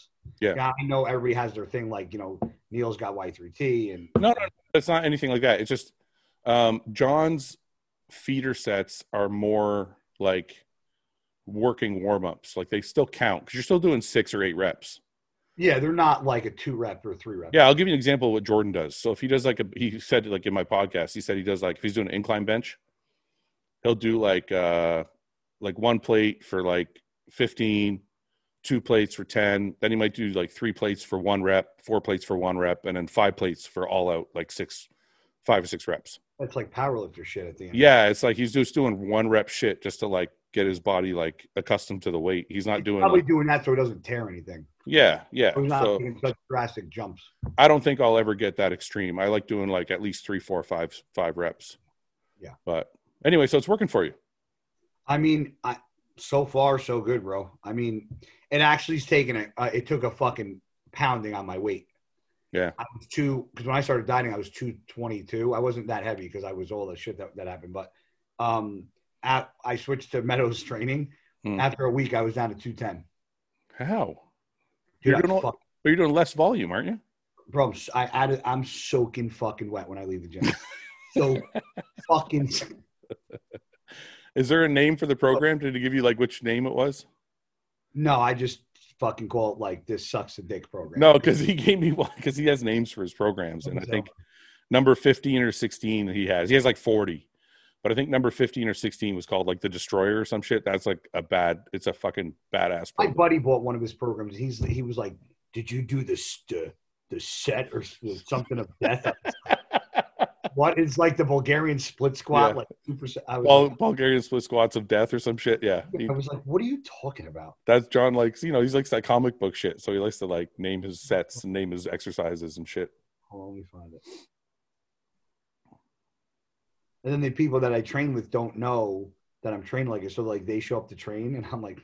S2: Yeah.
S1: I know everybody has their thing. Like you know, Neil's got Y three T and
S2: No, no, no, it's not anything like that. It's just um, John's feeder sets are more like working warm ups. Like they still count because you're still doing six or eight reps.
S1: yeah, they're not like a two rep or three rep.
S2: Yeah, I'll give you an example of what Jordan does. So if he does like a, he said like in my podcast, he said he does like if he's doing an incline bench, he'll do like uh like one plate for like 15, two plates for 10, then he might do like three plates for one rep, four plates for one rep, and then five plates for all out, like six, five or six reps.
S1: that's like powerlifter shit at the end.
S2: Yeah, it's like he's just doing one rep shit just to like get his body like accustomed to the weight. He's not
S1: He's
S2: doing
S1: probably
S2: like-
S1: doing that so he doesn't tear anything.
S2: yeah, yeah.
S1: So he's not
S2: So
S1: making such drastic jumps.
S2: I don't think I'll ever get that extreme. I like doing like at least three, four, five, five reps.
S1: Yeah.
S2: But anyway, so it's working for you.
S1: I mean, I so far so good, bro. I mean, it actually's taken a uh, it took a fucking pounding on my weight.
S2: Yeah.
S1: I was two because when I started dieting, I was two twenty two. I wasn't that heavy because I was all the shit that, that happened. But um, at, I switched to Meadows training.
S2: Hmm.
S1: After a week, I was down to two ten.
S2: How?
S1: Dude,
S2: You're
S1: I'm
S2: doing all-
S1: fuck-
S2: But you're doing less volume, aren't you?
S1: bro, I'm, si added, I'm soaking fucking wet when I leave the gym. so fucking
S2: Is there a name for the program? Did it give you like which name it was?
S1: no, I just fucking call it like this sucks a dick program.
S2: No, because he gave me one because he has names for his programs, and I think number fifteen or sixteen he has. He has like forty, but I think number fifteen or sixteen was called like the Destroyer or some shit. That's like a bad. It's a fucking badass
S1: my
S2: program.
S1: buddy bought one of his programs. He's he was like, "Did you do this the the set or s- something of death?" what is like the Bulgarian split squat?
S2: Yeah.
S1: Like two percent. I was
S2: Bul-
S1: like,
S2: Bulgarian split squats of death or some shit. Yeah, He-
S1: I was like, "What are you talking about?"
S2: that's John likes. You know, he likes that comic book shit, so he likes to like name his sets and name his exercises and shit.
S1: Hold on, let me find it. And then the people that I train with don't know that I'm trained like it, so like they show up to train, and I'm like,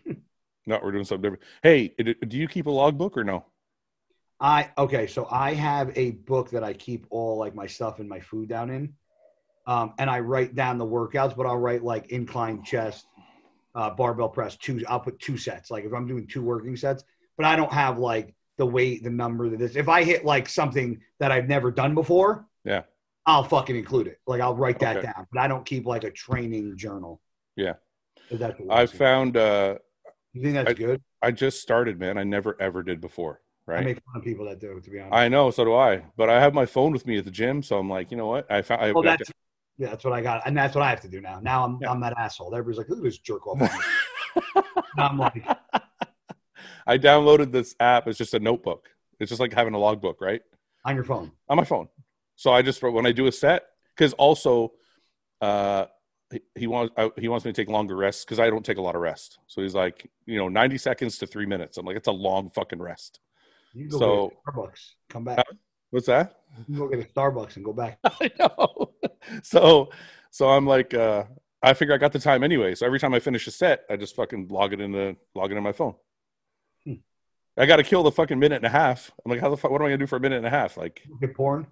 S2: No, we're doing something different. Hey, it- do you keep a logbook or no?
S1: I okay, so I have a book that I keep all like my stuff and my food down in, um, and I write down the workouts, but I'll write like incline chest, uh, barbell press two. I'll put two sets. Like if I'm doing two working sets, but I don't have like the weight, the number, the this. If I hit like something that I've never done before,
S2: Yeah.
S1: I'll fucking include it. Like I'll write that
S2: Okay.
S1: down, but I don't keep like a training journal.
S2: Yeah.
S1: If that's what
S2: I
S1: you're saying.
S2: found. uh
S1: You think that's
S2: I-
S1: good?
S2: I just started, man. I never ever did before.
S1: I
S2: Right.
S1: make fun of people that do, it, to be honest.
S2: I know, so do I. But I have my phone with me at the gym, so I'm like, you know what? I found. I,
S1: Well, that's yeah, that's what I got, and that's what I have to do now. Now I'm
S2: Yeah.
S1: I'm that asshole. Everybody's like, "Look at this jerk off." on this." And I'm like,
S2: I downloaded this app. It's just a notebook. It's just like having a logbook, right,
S1: on your phone.
S2: on my phone. So I just when I do a set, because also, uh, he, he wants I, he wants me to take longer rests because I don't take a lot of rest. So he's like, you know, 90 seconds to three minutes. I'm like, it's a long fucking rest.
S1: You can go
S2: So-
S1: get a Starbucks, come back.
S2: What's that?
S1: You can go get a Starbucks and go back.
S2: I know. So, so I'm like, uh, I figure I got the time anyway. So every time I finish a set, I just fucking log it in the log it in my phone.
S1: Hmm.
S2: I got to kill the fucking minute and a half. I'm like, how the fuck? What am I gonna do for a minute and a half? Like,
S1: Get porn.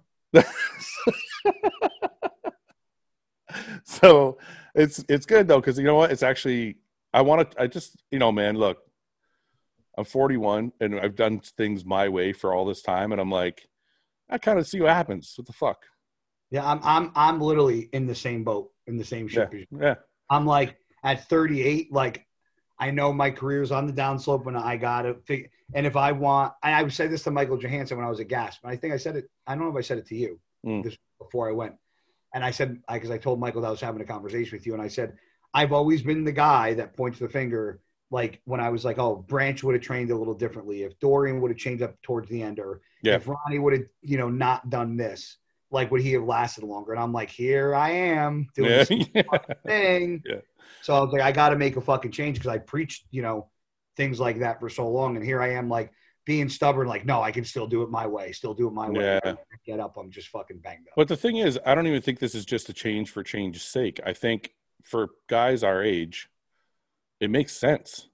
S2: so it's it's good though because you know what? It's actually I want to. I just you know, man, look, I'm 41 and I've done things my way for all this time, and I'm like, I kind of see what happens. What the fuck?
S1: Yeah, I'm I'm I'm literally in the same boat, in the same ship. as you.
S2: Yeah.
S1: I'm like at 38, like I know my career's on the downslope, and I gotta. Fig- and if I want, and I said this to Michael Johansson when I was at Gasp, and I think I said it. I don't know if I said it to you
S2: Mm.
S1: this before I went, and I said because I, told Michael that I was having a conversation with you, and I said I've always been the guy that points the finger. Like when I was like, oh, Branch would have trained a little differently. If Dorian would have changed up towards the end, or
S2: Yeah.
S1: if Ronnie would have, you know, not done this, like would he have lasted longer? And I'm like, here I am doing
S2: Yeah.
S1: this thing.
S2: Yeah.
S1: So I was like, I got to make a fucking change because I preached, you know, things like that for so long, and here I am, like being stubborn, like no, I can still do it my way, still do it my way.
S2: Yeah.
S1: I Get up, I'm just fucking banged up.
S2: But the thing is, I don't even think this is just a change for change's sake. I think for guys our age, it makes sense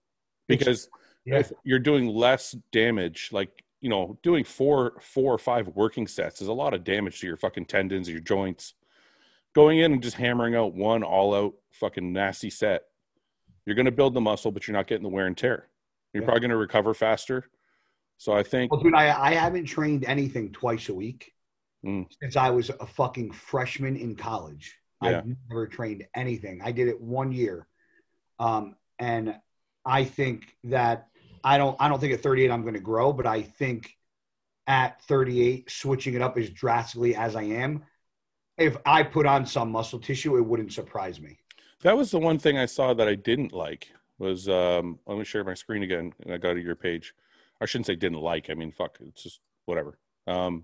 S2: because
S1: Yeah.
S2: if you're doing less damage, like you know, doing four, four or five working sets is a lot of damage to your fucking tendons, your joints. Going in and just hammering out one all-out fucking nasty set, you're going to build the muscle, but you're not getting the wear and tear. You're
S1: Yeah.
S2: probably going to recover faster. So I think
S1: Well, dude, I, I haven't trained anything twice a week
S2: Mm.
S1: since I was a fucking freshman in college.
S2: Yeah.
S1: I've never trained anything. I did it one year, um, and I think that I don't. I don't think at 38 I'm going to grow, but I think at 38 switching it up as drastically as I am, if I put on some muscle tissue, it wouldn't surprise me.
S2: That was the one thing I saw that I didn't like was um let me share my screen again and I go to your page. I shouldn't say didn't like. I mean fuck, it's just whatever. Um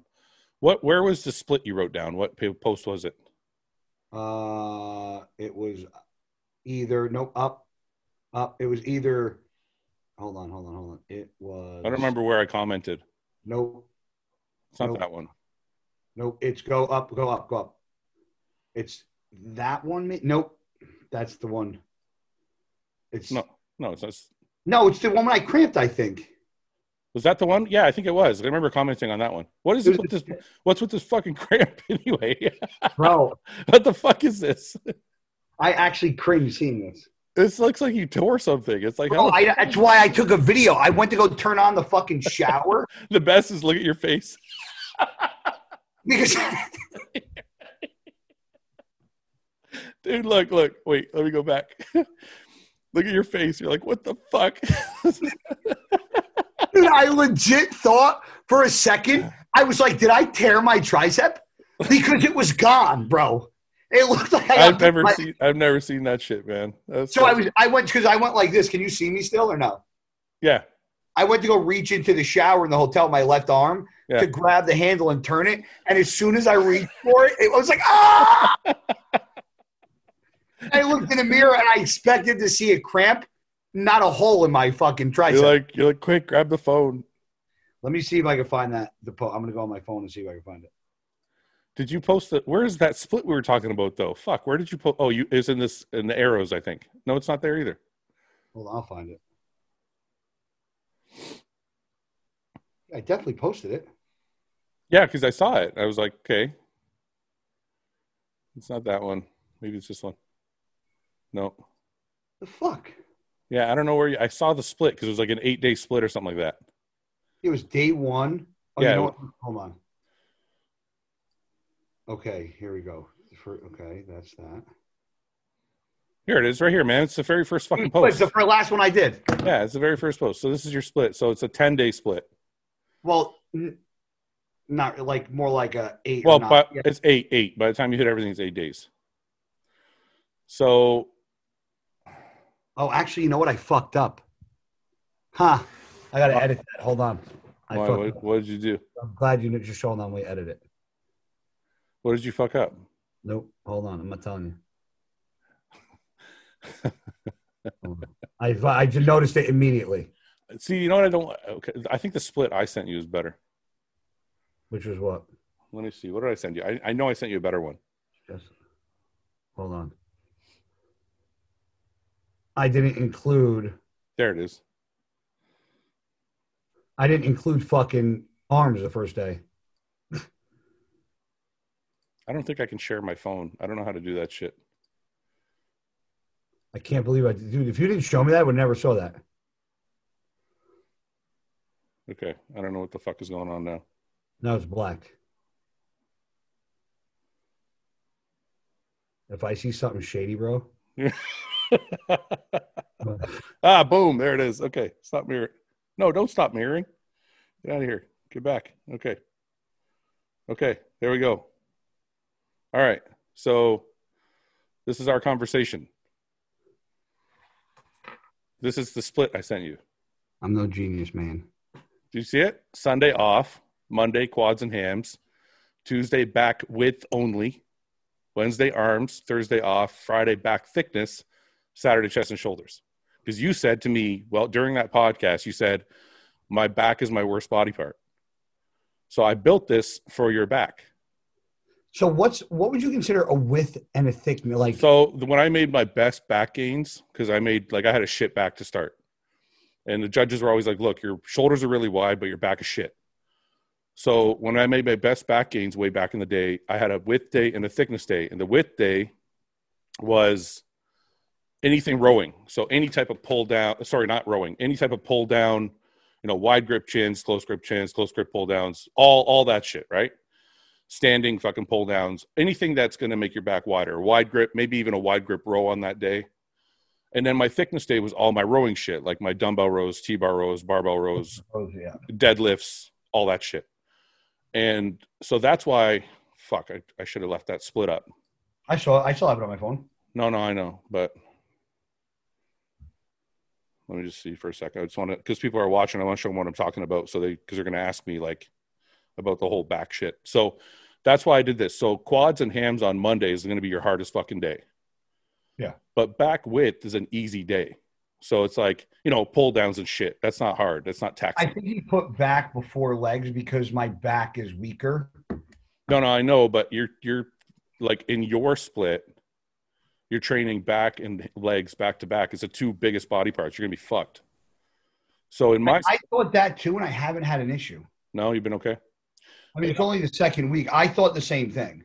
S2: what where was the split you wrote down? What pa- post was it?
S1: Uh, it was either no up, up. It was either. Hold on, hold on, hold on. It was.
S2: I don't remember where I commented.
S1: Nope,
S2: It's not
S1: Nope.
S2: that one.
S1: nope. It's go up, go up, go up. It's that one. ma- Nope, that's the one. It's
S2: No. No, it's not.
S1: No, it's the one when I cramped. I think
S2: Was that the one? Yeah, I think it was. I remember commenting on that one. What is
S1: It was
S2: with this? What's with this fucking cramp anyway?
S1: bro.
S2: what the fuck is this?
S1: I actually cringed seeing this.
S2: This looks like you tore something. It's like
S1: Bro,
S2: how the-
S1: I, that's why I took a video. I went to go turn on the fucking shower
S2: the best is look at your face.
S1: because
S2: Dude, look, look, wait, let me go back. look at your face. You're like, what the fuck?
S1: dude, I legit thought for a second I was like, did I tear my tricep? Because it was gone, bro. It looked like I got
S2: I've never
S1: my-
S2: seen I've never seen that shit, man. That's
S1: So I was I went because I went like this. Can you see me still or no?
S2: Yeah.
S1: I went to go reach into the shower in the hotel, with my left arm
S2: Yeah.
S1: to grab the handle and turn it. And as soon as I reached for it, it was like ah. I looked in the mirror and I expected to see a cramp, not a hole in my fucking tricep.
S2: You're like you're like quick, grab the phone.
S1: Let me see if I can find that. The po- I'm gonna go on my phone and see if I can find it.
S2: Did you post it? Where is that split we were talking about though? Fuck, where did you post? Oh, you it's in this in the arrows, I think. No, it's not there either.
S1: Hold on, I'll find it. I definitely posted it.
S2: Yeah, because I saw it. I was like, okay. It's not that one. Maybe it's this one. No.
S1: The fuck.
S2: Yeah, I don't know where you, I saw the split because it was like an eight day split or something like that.
S1: It was day one. Oh, you
S2: Yeah.
S1: know what? Hold on. Okay, here we go. For, okay, that's that.
S2: Here it is, right here, man. It's the very first fucking
S1: It's
S2: post.
S1: the fir- last one I did.
S2: yeah, it's the very first post. So this is your split. So it's a ten day split.
S1: Well, n- not like more like a eight. or
S2: Well,
S1: not.
S2: but
S1: Yeah.
S2: it's eight, eight. By the time you hit everything, it's eight days. So
S1: oh, actually, you know what? I fucked up. Huh? I gotta edit that. Hold on. I
S2: Uh, why,
S1: fucked up.
S2: what, what did you do?
S1: I'm glad you didn't just showed on. We edit it.
S2: What did you fuck up?
S1: Nope. Hold on. I'm not telling you. Hold on. I I just noticed it immediately,
S2: See, you know what I don't. Okay, I think the split I sent you is better.
S1: which was what.
S2: Let me see. What did I send you? I, I know I sent you a better one.
S1: Yes. Hold on. I didn't include.
S2: There it is.
S1: I didn't include fucking arms the first day.
S2: I don't think I can share my phone. I don't know how to do that shit.
S1: I can't believe I dude. If you didn't show me that, I would never saw that.
S2: Okay, I don't know what the fuck is going on now.
S1: Now it's black. If I see something shady, bro.
S2: ah, boom. There it is. Okay. Stop mirroring. No, don't stop mirroring. Get out of here. Get back. Okay. Okay. There we go. All right. So this is our conversation. This is the split I sent you.
S1: I'm no genius, man.
S2: Do you see it? Sunday off, Monday quads and hams, Tuesday back width only, Wednesday arms, Thursday off, Friday back thickness, Saturday chest and shoulders. Because you said to me, well, during that podcast, you said, my back is my worst body part. So I built this for your back.
S1: So what's what would you consider a width and a thickness? Like
S2: So the- when I made my best back gains, because I made like I had a shit back to start, and the judges were always like, "Look, your shoulders are really wide, but your back is shit." So when I made my best back gains way back in the day, I had a width day and a thickness day, and the width day was anything rowing, so any type of pull down. Sorry, not rowing, any type of pull down. You know, wide grip chins, close grip chins, close grip pull downs, all all that shit, right? standing fucking pull downs, anything that's going to make your back wider, wide grip, maybe even a wide grip row on that day. And then my thickness day was all my rowing shit, like my dumbbell rows, T bar rows, barbell rows,
S1: Oh, yeah.
S2: deadlifts, all that shit. And so that's why, fuck, I, I should have left that split up.
S1: I saw I still have it on my phone.
S2: No, no, I know, but let me just see for a second. I just want to, because people are watching, I want to show them what I'm talking about. So they, because they're going to ask me like about the whole back shit. So that's why I did this. So quads and hams on Monday is going to be your hardest fucking day.
S1: Yeah.
S2: But back width is an easy day. So it's like, you know, pull downs and shit. That's not hard. That's not
S1: I
S2: taxing.
S1: think he put back before legs because my back is weaker.
S2: No, no, I know, but you're you're like in your split, you're training back and legs back to back. It's the two biggest body parts. You're gonna be fucked. So in my
S1: I thought that too, and I haven't had an issue.
S2: no, you've been okay.
S1: I mean, it's only the second week. I thought the same thing.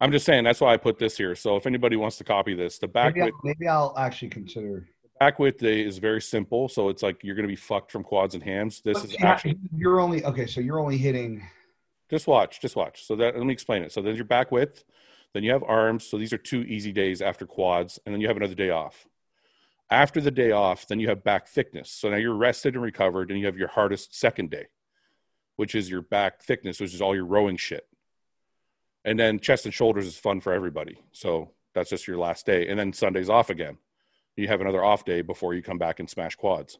S2: I'm just saying that's why I put this here. So if anybody wants to copy this, the back
S1: Maybe, I,
S2: width
S1: maybe I'll actually consider.
S2: back width is very simple. So it's like you're gonna be fucked from quads and hams. This
S1: But
S2: is
S1: see,
S2: actually
S1: you're only okay. So you're only hitting.
S2: just watch, just watch. So that let me explain it. So then your back width, then you have arms. So these are two easy days after quads, and then you have another day off. After the day off, then you have back thickness. So now you're rested and recovered, and you have your hardest second day, which is your back thickness, which is all your rowing shit. And then chest and shoulders is fun for everybody. So that's just your last day. And then Sunday's off again. You have another off day before you come back and smash quads.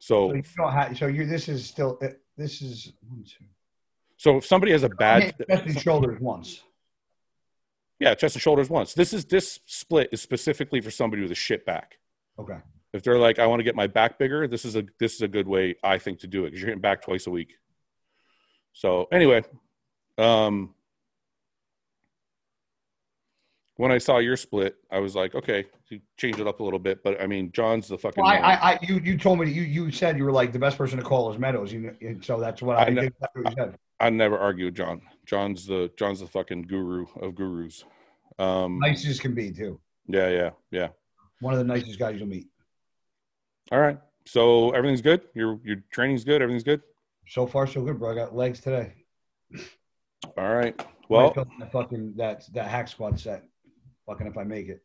S1: So
S2: So
S1: you don't have. So you're. This is still. uh, This is one, two.
S2: so if somebody has a bad
S1: Hit chest and shoulders once.
S2: Yeah, chest and shoulders once. This is this split is specifically for somebody with a shit back.
S1: Okay.
S2: If they're like, I want to get my back bigger, this is a this is a good way I think to do it because you're hitting back twice a week. So anyway, um, when I saw your split, I was like, okay, you change it up a little bit. But I mean, John's the fucking.
S1: Well, I,
S2: man.
S1: I, I, you, you told me that you, you said you were like the best person to call is Meadows. You, know, and so that's what I,
S2: I
S1: think
S2: know-
S1: that's what you said.
S2: I never argue with John. John's the John's the fucking guru of gurus. Um,
S1: Nice as can be too.
S2: Yeah, yeah, yeah.
S1: One of the nicest guys you'll meet.
S2: All right. So everything's good. Your your training's good. Everything's good.
S1: So far, so good, bro. I got legs today.
S2: All right.
S1: I
S2: Well,
S1: felt that fucking that that hack squat set. Fucking if I make it,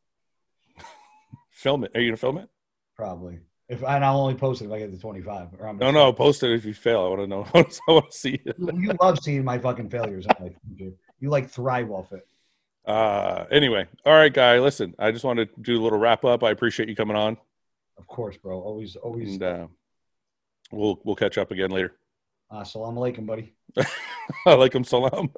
S2: film it. Are you gonna film it?
S1: probably. If and I'll only post it if I get to twenty five. Or I'm
S2: No, no. Post it if you fail. I want to know. I want to see it.
S1: You, you love seeing my fucking failures. I like you. You like thrive off it.
S2: Uh, anyway, all right, guy. Listen, I just want to do a little wrap up. I appreciate you coming on,
S1: Of course, bro. Always, always.
S2: and uh, we'll we'll catch up again later.
S1: Uh, salam alaikum, buddy.
S2: Alaikum salam.